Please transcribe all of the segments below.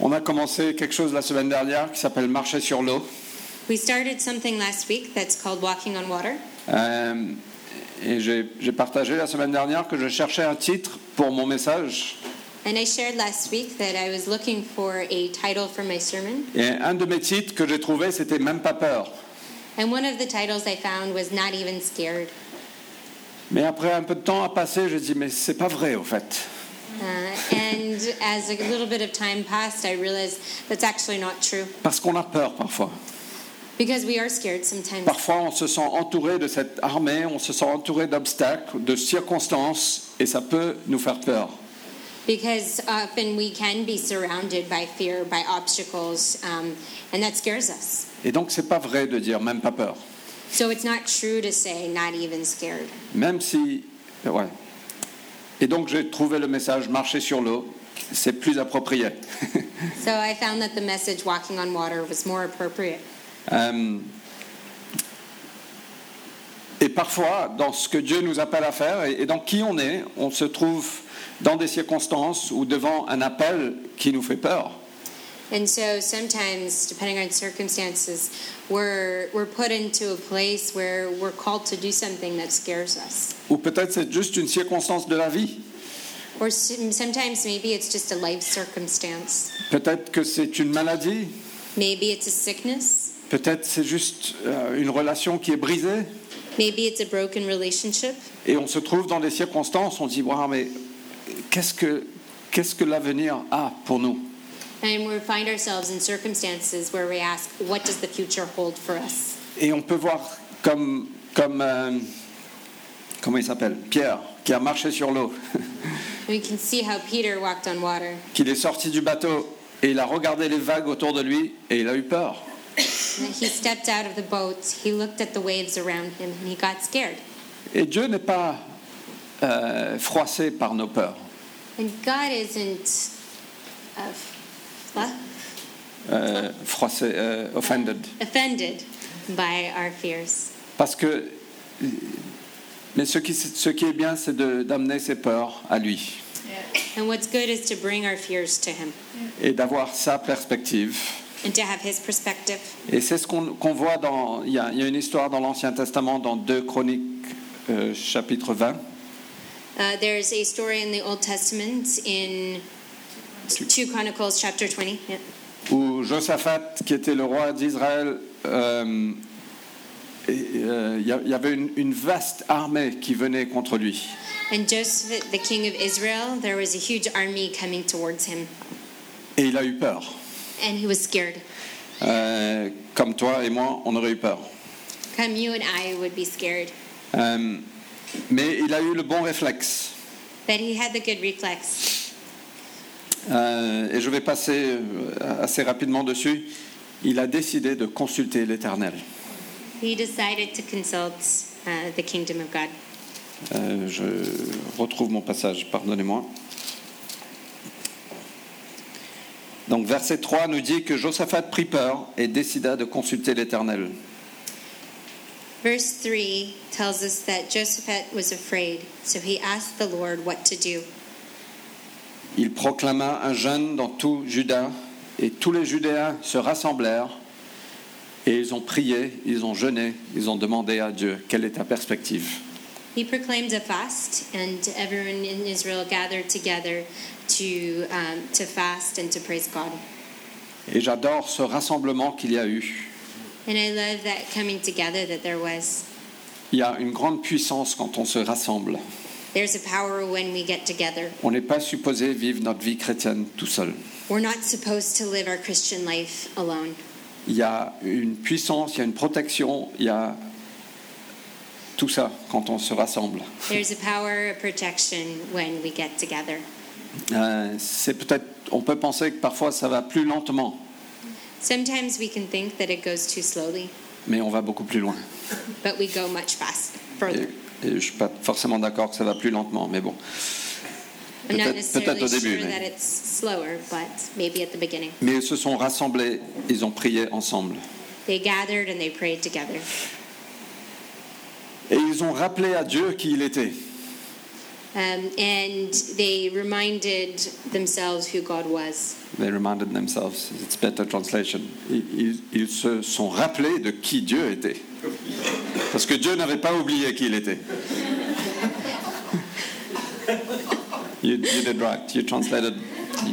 On a commencé quelque chose la semaine dernière qui s'appelle Marcher sur l'eau. We started something last week that's called Walking on Water. Euh, et j'ai j'ai partagé la semaine dernière que je cherchais un titre pour mon message. And I shared last week that I was looking for a title for my sermon. Et un de mes titres que j'ai trouvé, c'était Même pas peur. And one of the titles I found was Not Even Scared. Mais après un peu de temps a passé, j'ai dit, mais c'est pas vrai au fait. Uh, and as a little bit of time passed, I realized that's actually not true Parce qu'on a peur parfois. because we are scared sometimes. Parfois, on se sent entouré de cette armée, on se sent entouré d'obstacles, de circonstances, et ça peut nous faire peur. Because often we can be surrounded by fear, by obstacles, um, and that scares us. Et donc, c'est pas vrai de dire même pas peur. So it's not true to say not even scared. Même si. Ouais. Et donc, j'ai trouvé le message marcher sur l'eau, c'est plus approprié. So I found that the message walking on water was more appropriate. Euh, et parfois, dans ce que Dieu nous appelle à faire et, et dans qui on est, on se trouve dans des circonstances ou devant un appel qui nous fait peur. And so sometimes, depending on circumstances, we're, we're put into a place where we're called to do something that scares us. Ou peut-être c'est juste une circonstance de la vie. Or som- sometimes maybe it's just a life circumstance. Peut-être que c'est une maladie. Maybe it's a sickness. Peut-être c'est juste euh, une relation qui est brisée. Maybe it's a broken relationship. Et on se trouve dans des circonstances, on se dit, Waouh, mais qu'est-ce que, qu'est-ce que l'avenir a pour nous And we find ourselves in circumstances where we ask, what does the future hold for us? Et on peut voir comme, comme euh, comment il s'appelle Pierre, qui a marché sur l'eau, And we can see how Peter walked on water. qu'il est sorti du bateau et il a regardé les vagues autour de lui et il a eu peur. And He stepped out of the boat, he looked at the waves around him, and he got scared. Et Dieu n'est pas euh, froissé par nos peurs. And God isn't. Uh, what? Euh, froissé, euh, offended. offended by our fears. Parce que. Mais ce qui, ce qui est bien, c'est de- d'amener ses peurs à lui And what's good is to bring our fears to Him et d'avoir sa perspective. and to have His perspective. Et c'est ce qu'on qu'on voit dans. Il y, a il y a une histoire dans l'Ancien Testament, dans 2 Chroniques, euh, chapitre 20. Uh, there's a story in the Old Testament in 2 Chronicles chapter 20. Yeah. où Josaphat, qui était le roi d'Israël, euh, et, euh, il y, a- il y avait une, une vaste armée qui venait contre lui. And Joseph, the king of Israel, there was a huge army coming towards him, Et il a eu peur. and he was scared. Euh, comme toi et moi, on aurait eu peur. Come, you and I would be scared. Euh, mais il a eu le bon réflexe. But he had the good reflex. Euh, et je vais passer euh, assez rapidement dessus. Il a décidé de consulter l'Éternel. He decided to consult uh, the kingdom of God. Euh, je retrouve mon passage, pardonnez-moi. Donc verset 3 nous dit que Josaphat prit peur et décida de consulter l'Éternel. Verse 3 tells us that Josephat was afraid, so he asked the Lord what to do. Il proclama un jeûne dans tout Juda et tous les Judéens se rassemblèrent et ils ont prié, ils ont jeûné, ils ont demandé à Dieu quelle est ta perspective. He proclaimed a fast, and everyone in Israel gathered together to, um, to fast and to praise God. Et j'adore ce rassemblement qu'il y a eu. And I love that coming together that there was. Il y a une grande puissance quand on se rassemble. There's a power when we get together. On n'est pas supposé vivre notre vie chrétienne tout seul. We're not supposed to live our Christian life alone. il y a une puissance, il y a une protection, il y a tout ça quand on se rassemble. There's a power, a protection when we get together. Euh, c'est peut-être, on peut penser que parfois ça va plus lentement, Sometimes we can think that it goes too slowly, mais on va beaucoup plus loin. but we go much fast, further. Et, et je suis pas forcément d'accord que ça va plus lentement, mais bon. I'm not Peut-être, peut-être necessarily au sure début. that Mais, it's slower, but maybe at the beginning. mais ils se sont rassemblés, ils ont prié ensemble. They gathered and they prayed together. Et ils ont rappelé à Dieu qui il était. Um, and they reminded themselves who God was. They reminded themselves, it's better translation. Ils, ils- ils se sont rappelés de qui Dieu était. Parce que Dieu n'avait pas oublié qui il était. You, you did right. You translated,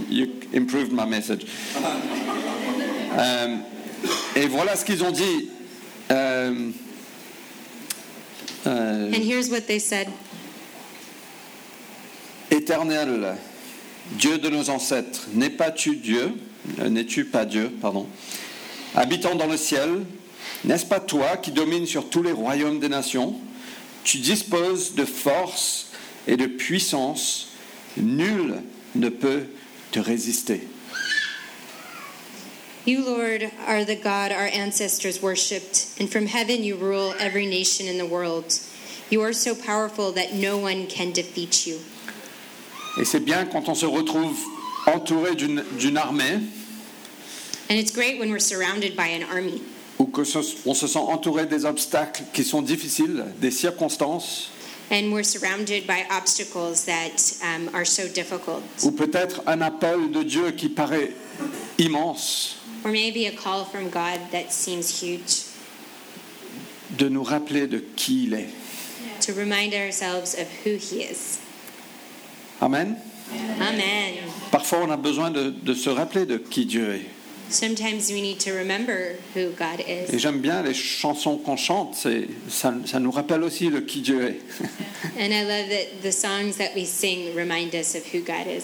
you improved my message. Euh, et voilà ce qu'ils ont dit. Euh, euh, And here's what they said Éternel, Dieu de nos ancêtres, n'es pas tu Dieu, euh, n'es-tu pas Dieu, pardon, habitant dans le ciel, n'est-ce pas toi qui domines sur tous les royaumes des nations Tu disposes de force et de puissance, nul ne peut te résister. You, Lord, are the God our ancestors worshipped, and from heaven you rule every nation in the world. You are so powerful that no one can defeat you. Et c'est bien quand on se retrouve entouré d'une d'une armée And it's great when we're surrounded by an army, ou que ce- on se sent entouré des obstacles qui sont difficiles, des circonstances and we're surrounded by obstacles that um, are so difficult, ou peut-être un appel de Dieu qui paraît immense, or maybe a call from God that seems huge. de nous rappeler de qui il est. To remind ourselves of who He is. Amen. Amen. Parfois, on a besoin de, de se rappeler de qui Dieu est. Sometimes we need to remember who God Et is. j'aime bien les chansons qu'on chante, c'est- ça, ça nous rappelle aussi de qui Dieu est. And I love that the songs that we sing remind us of who God is.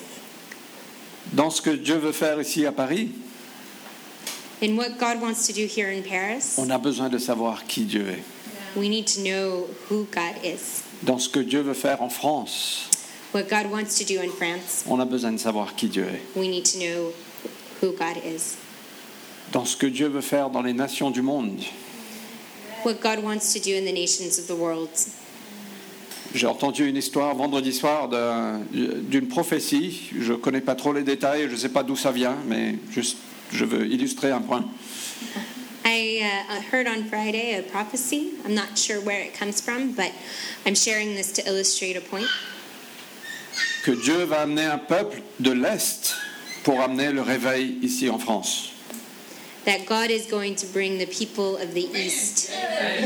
Dans ce que Dieu veut faire ici à Paris, And what God wants to do here in Paris, on a besoin de savoir qui Dieu est. we need to know who God is. Dans ce que Dieu veut faire en France, What God wants to do in France, on a besoin de savoir qui Dieu est. we need to know who God is. Dans ce que Dieu veut faire dans les nations du monde, What God wants to do in the nations of the world. J'ai entendu une histoire vendredi soir d'un- d'une prophétie. Je ne connais pas trop les détails, je ne sais pas d'où ça vient, mais juste, je veux illustrer un point. I uh, heard on Friday a prophecy. I'm not sure where it comes from, but I'm sharing this to illustrate a point. Que Dieu va amener un peuple de l'Est pour amener le réveil ici en France. That God is going to bring the people of the East. that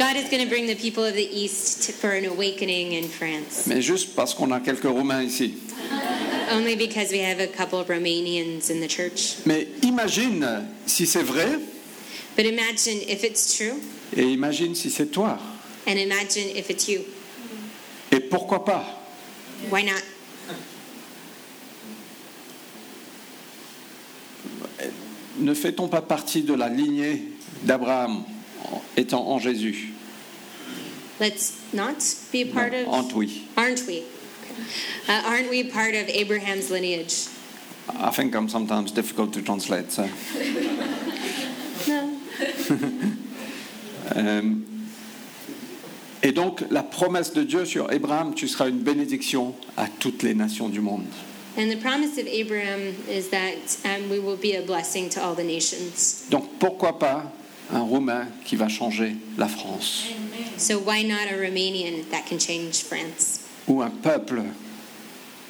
God is going to bring the people of the East to, for an awakening in France. Mais juste parce qu'on a quelques Roumains ici. Only because we have a couple of Romanians in the church. Mais imagine si c'est vrai, But imagine if it's true, et imagine si c'est toi. and imagine if it's you. Et pourquoi pas Why not? Ne fait-on pas partie de la lignée d'Abraham en- étant en Jésus Let's not be a part of. Aren't we Aren't we? Uh, aren't we part of Abraham's lineage? I think I'm sometimes difficult to translate. so. No. Euh, et donc, la promesse de Dieu sur Abraham, tu seras une bénédiction à toutes les nations du monde. And the promise of Abraham is that um, we will be a blessing to all the nations. Donc, pourquoi pas un Roumain qui va changer la France So why not a Romanian that can change France, Ou un peuple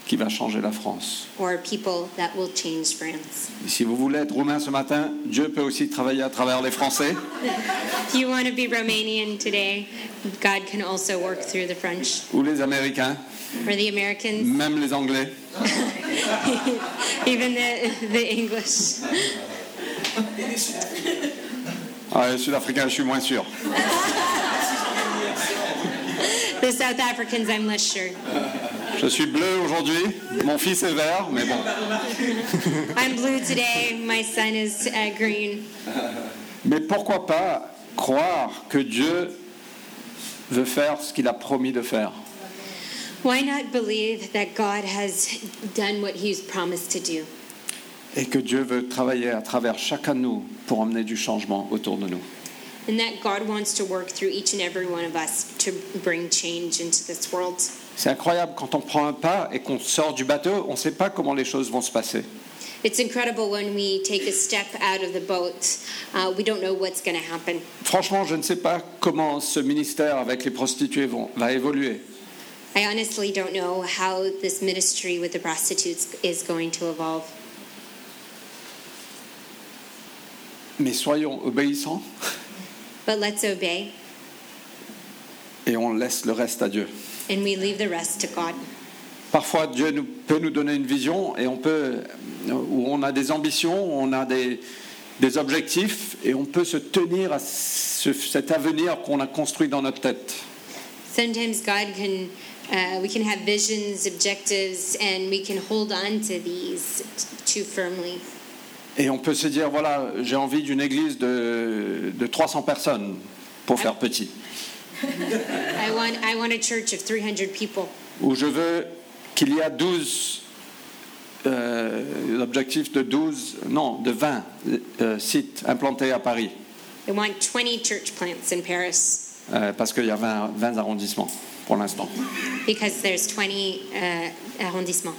qui va changer la France or a people that will change France? Et Si vous voulez être Roumain ce matin, Dieu peut aussi travailler à travers les Français. If you want to be Romanian today, God can also work through the French Ou les Américains, or the Americans. même les Anglais. Even the, the English. Ah, les Sud-Africains, je suis moins sûr. The South Africans, I'm less sure. Je suis bleu aujourd'hui, mon fils est vert, mais bon. I'm blue today. My son is uh, green. Mais pourquoi pas croire que Dieu veut faire ce qu'il a promis de faire Why not believe that God has done what he's promised to do? et que Dieu veut travailler à travers chacun de nous pour emmener du changement autour de nous. And that God wants to work through each and every one of us to bring change into this world. C'est incroyable, quand on prend un pas et qu'on sort du bateau, on ne sait pas comment les choses vont se passer. It's incredible when we take a step out of the boat, uh, we don't know what's going to happen. Franchement, je ne sais pas comment ce ministère avec les prostituées vont- va évoluer. I honestly don't know how this ministry with the prostitutes is going to evolve. Mais soyons obéissants But let's obey, et on laisse le reste à Dieu. and we leave the rest to God. Parfois, Dieu nous- peut nous donner une vision et on peut, où on a des ambitions, on a des, des objectifs et on peut se tenir à ce- cet avenir qu'on a construit dans notre tête. Sometimes God can, uh, we can have visions, objectives, and we can hold on to these t- too firmly. Et on peut se dire, voilà, j'ai envie d'une église de, de 300 personnes pour faire petit. I want, I want a church of 300 people. Ou je veux qu'il y a 12, euh, l'objectif de 12, non, de 20 euh, sites implantés à Paris, I want 20 church plants in Paris euh, parce qu'il y a 20, 20 arrondissements pour l'instant. because there's 20 uh, arrondissements.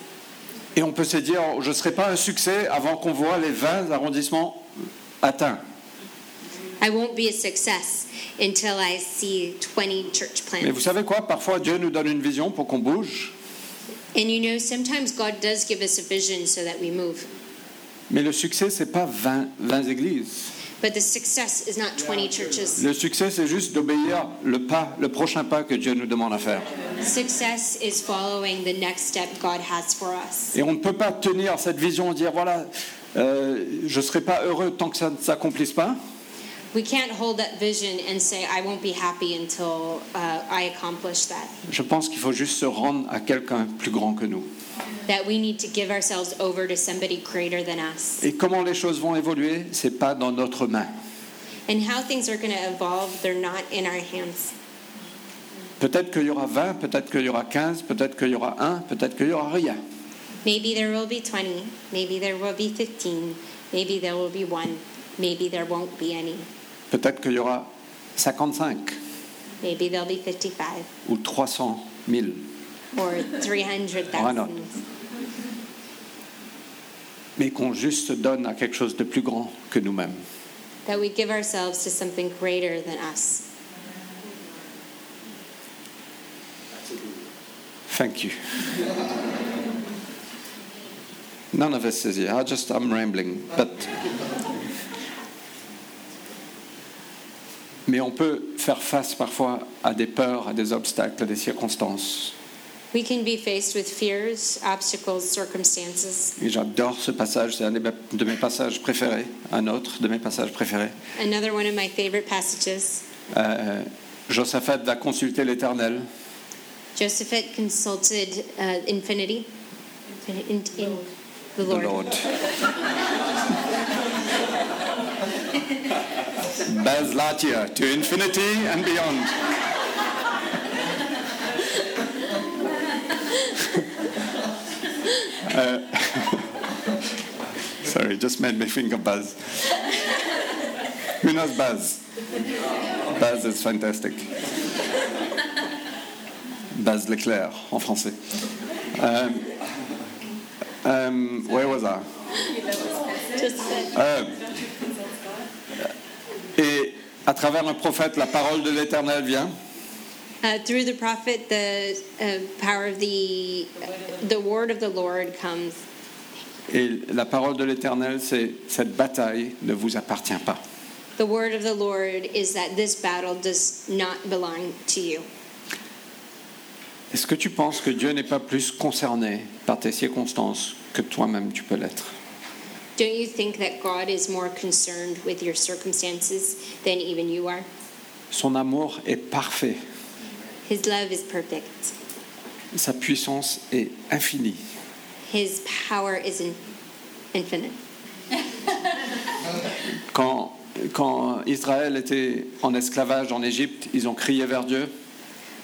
Et on peut se dire, je ne serai pas un succès avant qu'on voit les 20 arrondissements atteints. I won't be a success until I see 20 church Mais vous plants. savez quoi Parfois, Dieu nous donne une vision pour qu'on bouge, And you know, sometimes God does give us a vision so that we move. mais le succès, c'est pas 20, 20 églises. But the success is not 20 churches. Le succès, c'est juste d'obéir le pas, le prochain pas que Dieu nous demande à faire. Success is following the next step God has for us. Et on ne peut pas tenir cette vision et dire, voilà, euh, je ne serai pas heureux tant que ça ne s'accomplisse pas. We can't hold that vision and say, I won't be happy until uh, I accomplish that. Je pense qu'il faut juste se rendre à quelqu'un plus grand que nous. That we need to give ourselves over to somebody greater than us. Et comment les choses vont évoluer, c'est pas dans notre main. And how things are going to evolve, they're not in our hands. Peut-être qu'il y aura 20, peut-être qu'il y aura 15, peut-être qu'il y aura 1, peut-être qu'il y aura rien. Maybe there will be 20, maybe there will be 15, maybe there will be one, maybe there won't be any, Peut-être qu'il y aura 55 maybe there'll be 55 ou 300 000. or Why not? 300,000. Mais qu'on juste se donne à quelque chose de plus grand que nous-mêmes. That we give ourselves to something greater than us. Thank you. None of us is here. I just I'm rambling, but mais on peut faire face parfois à des peurs, à des obstacles, à des circonstances. We can be faced with fears, obstacles, circumstances. Et j'adore ce passage. C'est un des- de mes passages préférés, un autre de mes passages préférés. Another one of my favorite passages Euh, Josaphat va consulter l'Éternel Josephat consulted uh, infinity, in, in, in the The Lord. Lord. Bez Latia, to infinity and beyond. Euh, sorry, just made me think of Baz. Who knows Baz? Baz is fantastic. Baz Leclerc, en français. Euh, um, where was I? Josephat. Euh, et à travers le prophète, la parole de l'Éternel vient. Uh, through the prophet, the uh, power of the the word of the Lord comes, Et la parole de l'Éternel, c'est cette bataille ne vous appartient pas. The word of the Lord is that this battle does not belong to you. Est-ce que tu penses que Dieu n'est pas plus concerné par tes circonstances que toi-même tu peux l'être Don't you think that God is more concerned with your circumstances than even you are? Son amour est parfait, His love is perfect. sa puissance est infinie. His power is in- infinite. Quand, quand Israël était en esclavage en Égypte, ils ont crié vers Dieu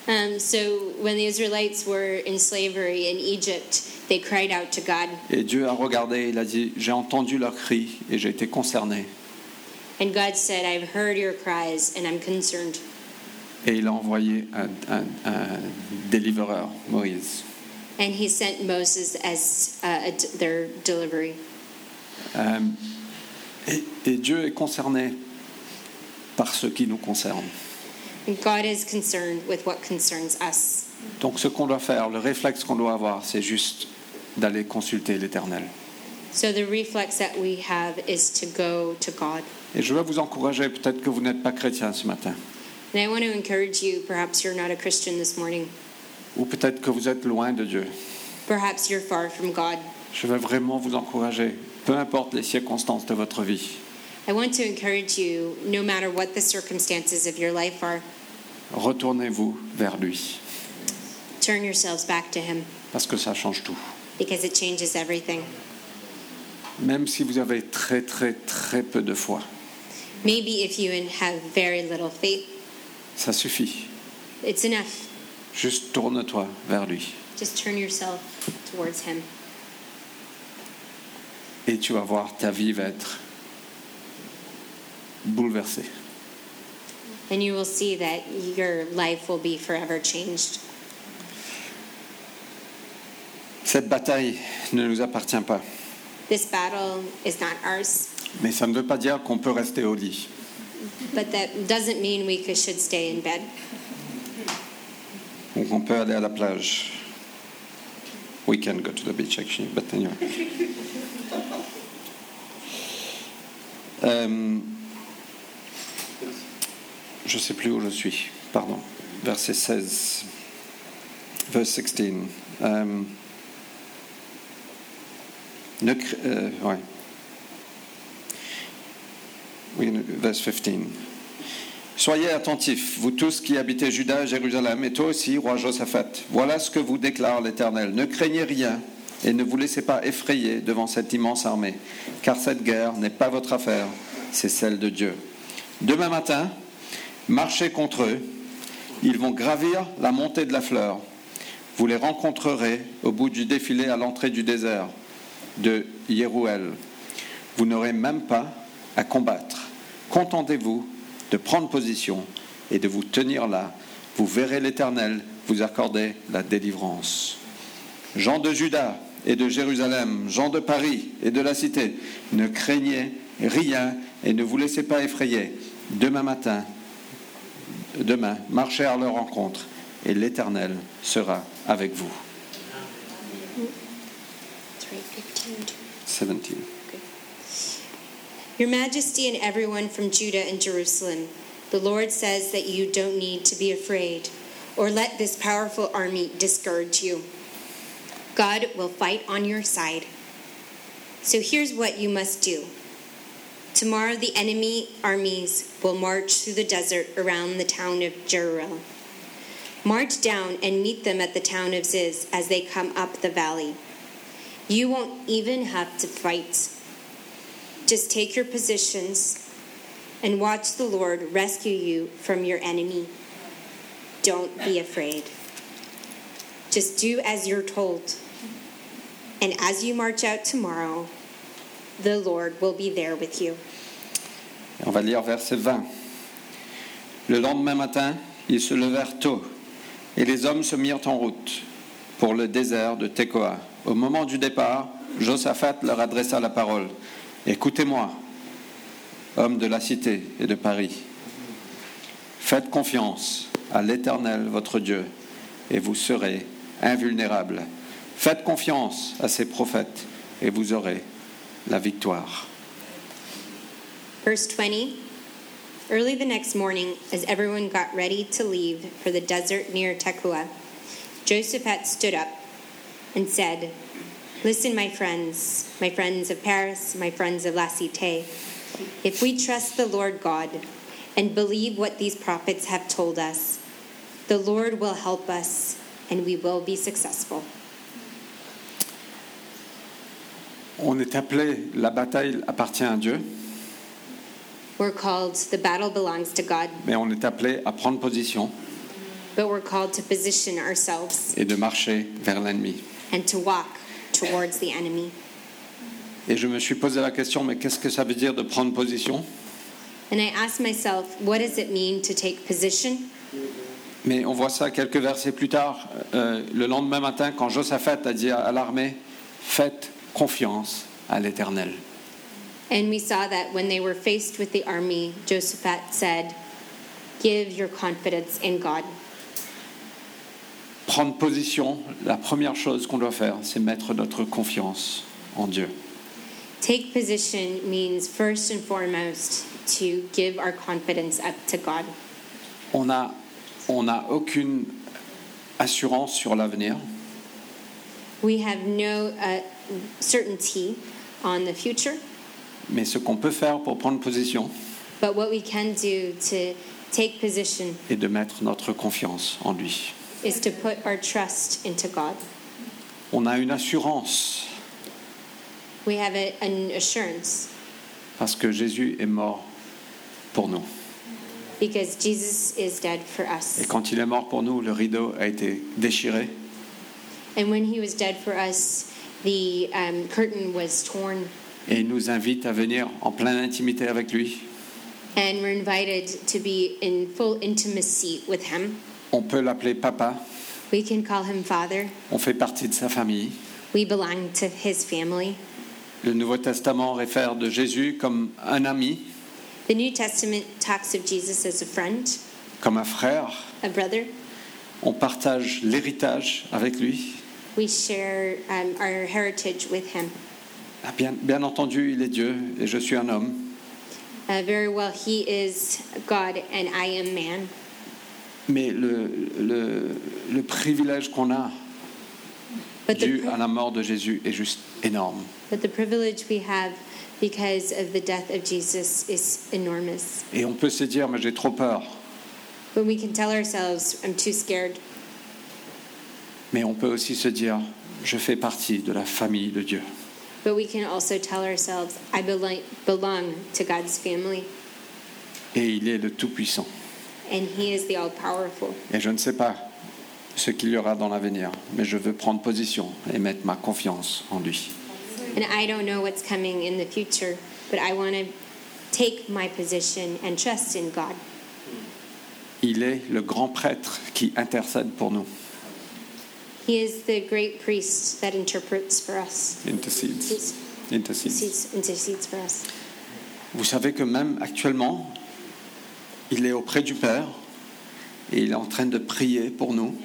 Um, so when the Israelites were in slavery in Egypt, they cried out to God, et Dieu a regardé, il a dit, j'ai entendu leur cri et j'ai été concerné. and God said, "I've heard your cries, and I'm concerned." et il a envoyé un, un- un délivreur, Moïse. and he sent Moses as uh, a d- their delivery. Euh, et, et Dieu est concerné par ce qui nous concerne. And God is concerned with what concerns us. Donc ce qu'on doit faire, le réflexe qu'on doit avoir, c'est juste d'aller consulter l'Éternel. So the reflex that we have is to go to God. Et je veux vous encourager, peut-être que vous n'êtes pas chrétien ce matin, And I want to encourage you, perhaps you're not a Christian this morning. ou peut-être que vous êtes loin de Dieu. Perhaps you're far from God. Je veux vraiment vous encourager, peu importe les circonstances de votre vie. I want to encourage you, no matter what the circumstances of your life are, Retournez-vous vers lui, turn yourselves back to Him parce que ça change tout. because it changes everything. Même si vous avez très très très peu de foi, Maybe if you have very little faith, ça suffit. it's enough. Juste tourne-toi vers lui Just turn yourself towards Him, et tu vas voir ta vie va être bouleversée. and you will see that your life will be forever changed. Cette bataille ne nous appartient pas, This battle is not ours, mais ça ne veut pas dire qu'on peut rester au lit. but that doesn't mean we could, should stay in bed. Donc on peut aller à la plage. We can go to the beach actually, but anyway. Euh, je ne sais plus où je suis, pardon. Verset 16. Verse 16. Euh, ne cr- euh, ouais. Oui, verse 15. Soyez attentifs, vous tous qui habitez Juda et Jérusalem, et toi aussi, roi Josaphat. Voilà ce que vous déclare l'Éternel. Ne craignez rien et ne vous laissez pas effrayer devant cette immense armée, car cette guerre n'est pas votre affaire, c'est celle de Dieu. Demain matin, marchez contre eux. Ils vont gravir la montée de la fleur. Vous les rencontrerez au bout du défilé à l'entrée du désert de Yérouel. Vous n'aurez même pas à combattre. Contentez-vous de prendre position et de vous tenir là. Vous verrez l'Éternel vous accorder la délivrance. Gens de Juda et de Jérusalem, gens de Paris et de la cité, ne craignez rien et ne vous laissez pas effrayer. Demain matin, demain, marchez à leur rencontre et l'Éternel sera avec vous. It's right, 15, 20. 17. Your Majesty and everyone from Judah and Jerusalem, the Lord says that you don't need to be afraid or let this powerful army discourage you. God will fight on your side. So here's what you must do. Tomorrow, the enemy armies will march through the desert around the town of Jeruel. March down and meet them at the town of Ziz as they come up the valley. You won't even have to fight. Just take your positions and watch the Lord rescue you from your enemy. Don't be afraid. Just do as you're told. And as you march out tomorrow, the Lord will be there with you. On va lire verset 20. Le lendemain matin, ils se levèrent tôt, et les hommes se mirent en route pour le désert de Tekoa. Au moment du départ, Josaphat leur adressa la parole. Écoutez-moi, hommes de la cité et de Paris. Faites confiance à l'Éternel, votre Dieu, et vous serez invulnérables. Faites confiance à ses prophètes, et vous aurez la victoire. Verse 20 Early the next morning, as everyone got ready to leave for the desert near Tekoa, Josephat stood up and said, Listen, my friends, my friends of Paris, my friends of La Cité, if we trust the Lord God and believe what these prophets have told us, the Lord will help us and we will be successful. On est appelé, la bataille appartient à Dieu, We're called, the battle belongs to God, mais on est appelé à prendre position but we're called to position ourselves et de marcher vers l'ennemi. and to walk towards the enemy. Et je me suis posé la question, mais qu'est-ce que ça veut dire de prendre position And I asked myself, what does it mean to take position? Mais on voit ça quelques versets plus tard, euh, le lendemain matin, quand Josaphat a dit à, à l'armée, faites confiance à l'Éternel. And we saw that when they were faced with the army, Josaphat said, Give your confidence in God. Prendre position, la première chose qu'on doit faire, c'est mettre notre confiance en Dieu. Take position means first and foremost to give our confidence up to God. On n'a on n'a aucune assurance sur l'avenir, We have no uh, certainty on the future, mais ce qu'on peut faire pour prendre position but what we can do to take position est de mettre notre confiance en lui. is to put our trust into God. On a une assurance We have a, an assurance parce que Jésus est mort pour nous. because Jesus is dead for Et us. quand il est mort pour nous, le rideau a été déchiré And when he was dead for us, the um, curtain was torn, et il nous invite à venir en pleine intimité avec lui. and we're invited to be in full intimacy with him. On peut l'appeler papa, We can call him Father. on fait partie de sa famille. We belong to his family. Le Nouveau Testament réfère de Jésus comme un ami, The New Testament talks of Jesus as a friend, comme un frère. a brother. On partage l'héritage avec lui. We share um, our heritage with him. Ah, Bien, bien entendu, il est Dieu et je suis un homme. Uh, very well, he is God and I am man. Mais le, le, le privilège qu'on a But the, dû pri- à la mort de Jésus est juste énorme. but the privilege we have because of the death of Jesus is enormous. Et on peut se dire, mais j'ai trop peur. When we can tell ourselves, I'm too scared, Mais on peut aussi se dire, je fais partie de la famille de Dieu. but we can also tell ourselves, I belong, belong to God's family Et il est le Tout-Puissant. and he is the all powerful. Et je ne sais pas ce qu'il y aura dans l'avenir, mais je veux prendre position et mettre ma confiance en lui. And I don't know what's coming in the future, but I want to take my position and trust in God. Il est le grand prêtre qui intercède pour nous. He is the great priest that interprets for us, Intercedes. Intercedes. intercedes, intercedes for us. Vous savez que même actuellement, il est auprès du Père et il est en train de prier pour nous.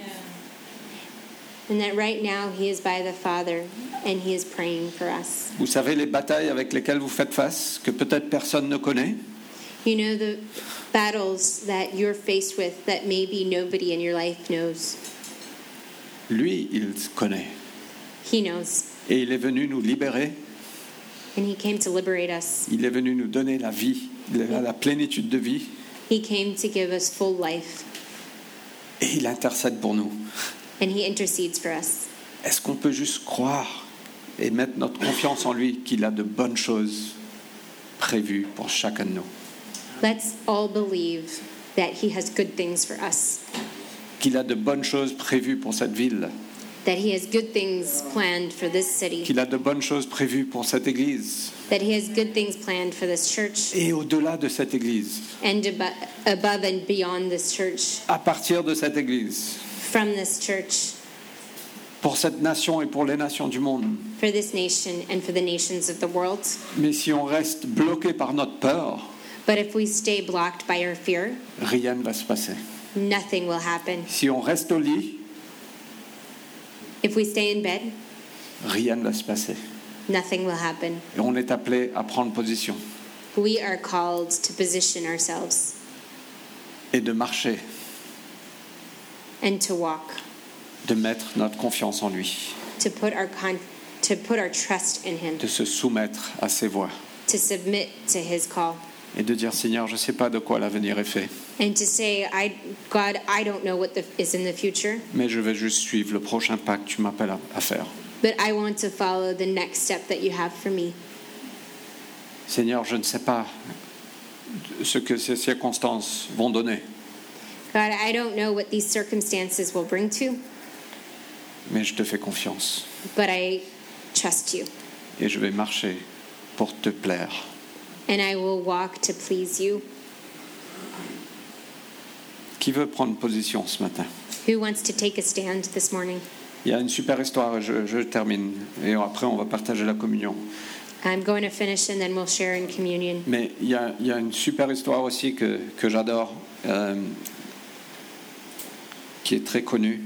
And that right now he is by the Father and he is praying for us. Vous savez les batailles avec lesquelles vous faites face, que peut-être personne ne connaît, You know the battles that you're faced with that maybe nobody in your life knows. lui, il connaît. He knows. Et il est venu nous libérer, And he came to liberate us. il est venu nous donner la vie, la la plénitude de vie, He came to give us full life et il intercède pour nous. and he intercedes for us. Est-ce qu'on peut juste croire et mettre notre confiance en lui qu'il a de bonnes choses prévues pour chacun de nous Let's all believe that he has good things for us, Qu'il a de bonnes choses prévues pour cette ville that he has good things planned for this city, Qu'il a de bonnes choses prévues pour cette église that he has good things planned for this church et au-delà de cette église, and abo- above and beyond this church, à partir de cette église, from this church. pour cette nation et pour les nations du monde. for this nation and for the nations of the world. Mais si on reste bloqué par notre peur, But if we stay blocked by our fear, rien ne va se passer. nothing will happen. Si on reste au lit, If we stay in bed, rien ne va se passer. nothing will happen. Et on est appelé à prendre position We are called to position ourselves et de marcher, and to walk, de mettre notre confiance en lui. to put our con- to put our trust in him, de se soumettre à ses voix to submit to his call et de dire Seigneur, je ne sais pas de quoi l'avenir est fait, and to say, I God, I don't know what the, is in the future, mais je vais juste suivre le prochain pas que tu m'appelles à, à faire. but I want to follow the next step that you have for me. Seigneur, je ne sais pas ce que ces circonstances vont donner, God, I don't know what these circumstances will bring to, mais je te fais confiance but I trust you. et je vais marcher pour te plaire. and I will walk to please you. Qui veut prendre position ce matin Who wants to take a stand this morning? Il y a une super histoire, je, je termine. Et après, on va partager la communion. I'm going to finish and then we'll share in communion. Mais il y a, il y a une super histoire aussi que, que j'adore, euh, qui est très connue.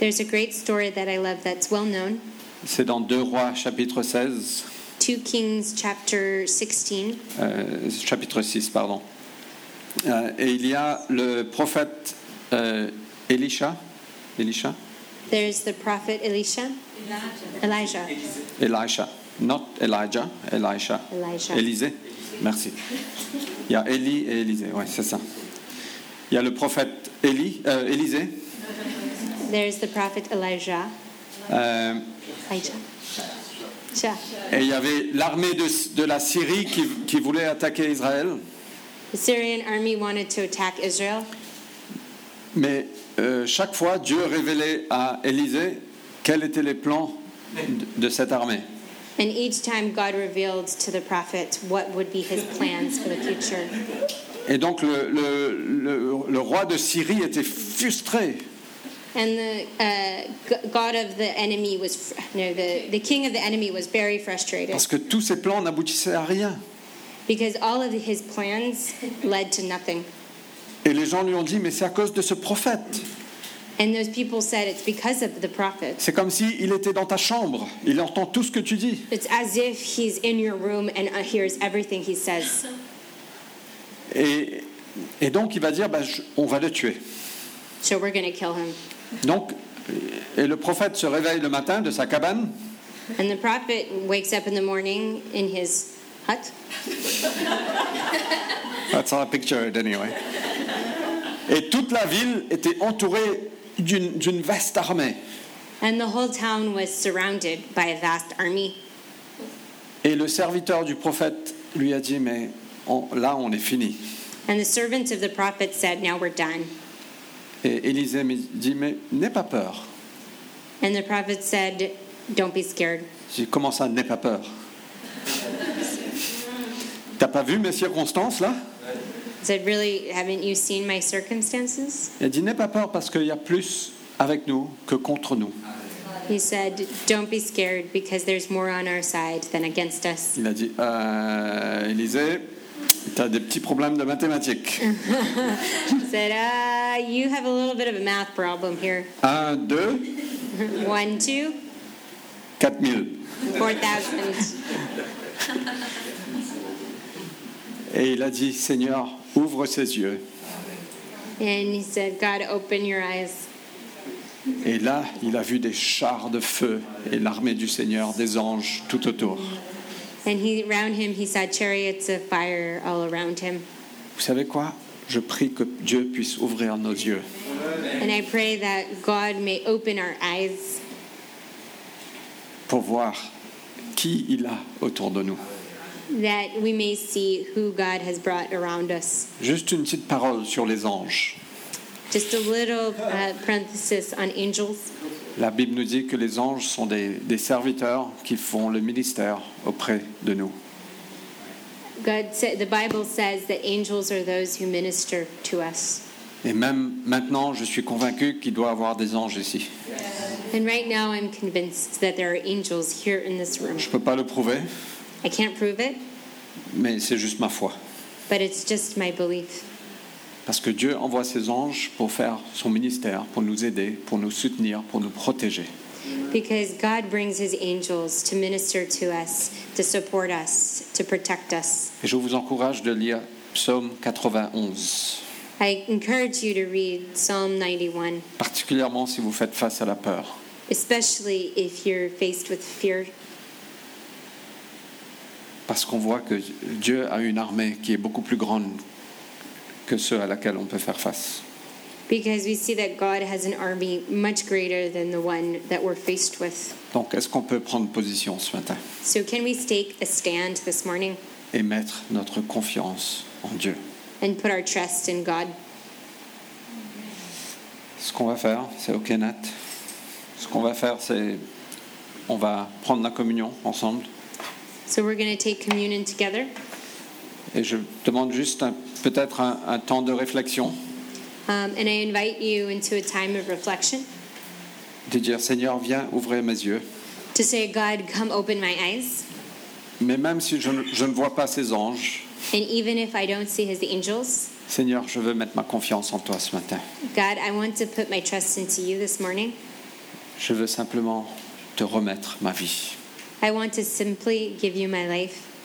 There's a great story that I love that's well known. C'est dans 2 Rois, chapitre 16, 2 Kings chapter 16, euh, chapitre 6, pardon. Euh, et il y a le prophète euh, Elisha, Elisha, there's the prophet Elisha. Elijah. Elijah. Elisha, not Elijah, Elisha. Elisha. Élisée, merci. Il y a Élie et Élisée, ouais, c'est ça. Il y a le prophète Élie, euh, Élisée. There's the prophet Elijah. euh, Elijah. Jah. et il y avait l'armée de, de la Syrie qui, qui voulait attaquer Israël. The Syrian army wanted to attack Israel, Mais euh, chaque fois, Dieu révélait à Élisée quels étaient les plans de- de cette armée. and each time God revealed to the prophet what would be his plans for the future. Et donc le, le- le- le roi de Syrie était frustré. And the uh, g- god of the enemy was, fr- no, the, the king of the enemy was very frustrated Parce que tous ses plans n'aboutissaient à rien. because all of his plans led to nothing. Et les gens lui ont dit, mais c'est à cause de ce prophète. And those people said it's because of the prophet. C'est comme s'il était dans ta chambre. Il entend tout ce que tu dis. It's as if he's in your room and uh, hears everything he says. Et, et donc il va dire, bah, je- on va le tuer. So we're going to kill him. Donc, et le prophète se réveille le matin de sa cabane. And the prophet wakes up in the morning in his hut. That's how I picture it anyway. Et toute la ville était entourée d'une d'une vaste armée. And the whole town was surrounded by a vast army. Et le serviteur du prophète lui a dit, mais on- là, on est fini. And the servants of the prophet said, Now we're done. Et Élisée me dit, mais n'aie pas peur. And the prophet said, Don't be scared. J'ai dit, comment ça, n'aie pas peur T'as pas vu mes circonstances là He said, Really, haven't you seen my circumstances? Elle dit, n'aie pas peur parce qu'il y a plus avec nous que contre nous. He said, Don't be scared because there's more on our side than against us. Il a dit, euh, Élisée, t'as des petits problèmes de mathématiques. He said, Ah, you have a little bit of a math problem here. Un, deux, One, two, quatre mille. four thousand. Et il a dit, Seigneur, ouvre ses yeux. And he said, God, open your eyes. Et là, il a vu des chars de feu et l'armée du Seigneur, des anges tout autour. And he around him he saw chariots of fire all around him. Vous savez quoi Je prie que Dieu puisse ouvrir nos yeux. And I pray that God may open our eyes pour voir qui il a autour de nous. that we may see who God has brought around us. Juste une petite parole sur les anges. Just a little uh, parenthesis on angels. La Bible nous dit que les anges sont des, des serviteurs qui font le ministère auprès de nous. God said, the Bible says that angels are those who minister to us. Et même maintenant, je suis convaincu qu'il doit y avoir des anges ici. And right now I'm convinced that there are angels here in this room. Je ne peux pas le prouver, I can't prove it, mais c'est juste ma foi. but it's just my belief Parce que Dieu envoie ses anges pour faire son ministère, pour nous aider, pour nous soutenir, pour nous protéger. because God brings his angels to minister to us, to support us, to protect us. Et je vous encourage de lire Psaume 91, I encourage you to read Psalm 91, particulièrement si vous faites face à la peur. especially if you're faced with fear, parce qu'on voit que Dieu a une armée qui est beaucoup plus grande que ceux à laquelle on peut faire face. because we see that God has an army much greater than the one that we're faced with. Donc, est-ce qu'on peut prendre position ce matin So, can we stake a stand this morning et mettre notre confiance en Dieu and put our trust in God? Ce qu'on va faire, c'est OK, Nat. Ce qu'on va faire, c'est on va prendre la communion ensemble. So, we're going to take communion together. Et je demande juste un- peut-être un, un temps de réflexion. Um, and I invite you into a time of reflection de dire Seigneur, viens ouvrir mes yeux. to say, God, come open my eyes. Mais même si je, ne- je ne vois pas ces anges, And even if I don't see his angels, Seigneur, je veux mettre ma confiance en toi ce matin. God, I want to put my trust into you this morning. Je veux simplement te remettre ma vie. I want to simply give you my life.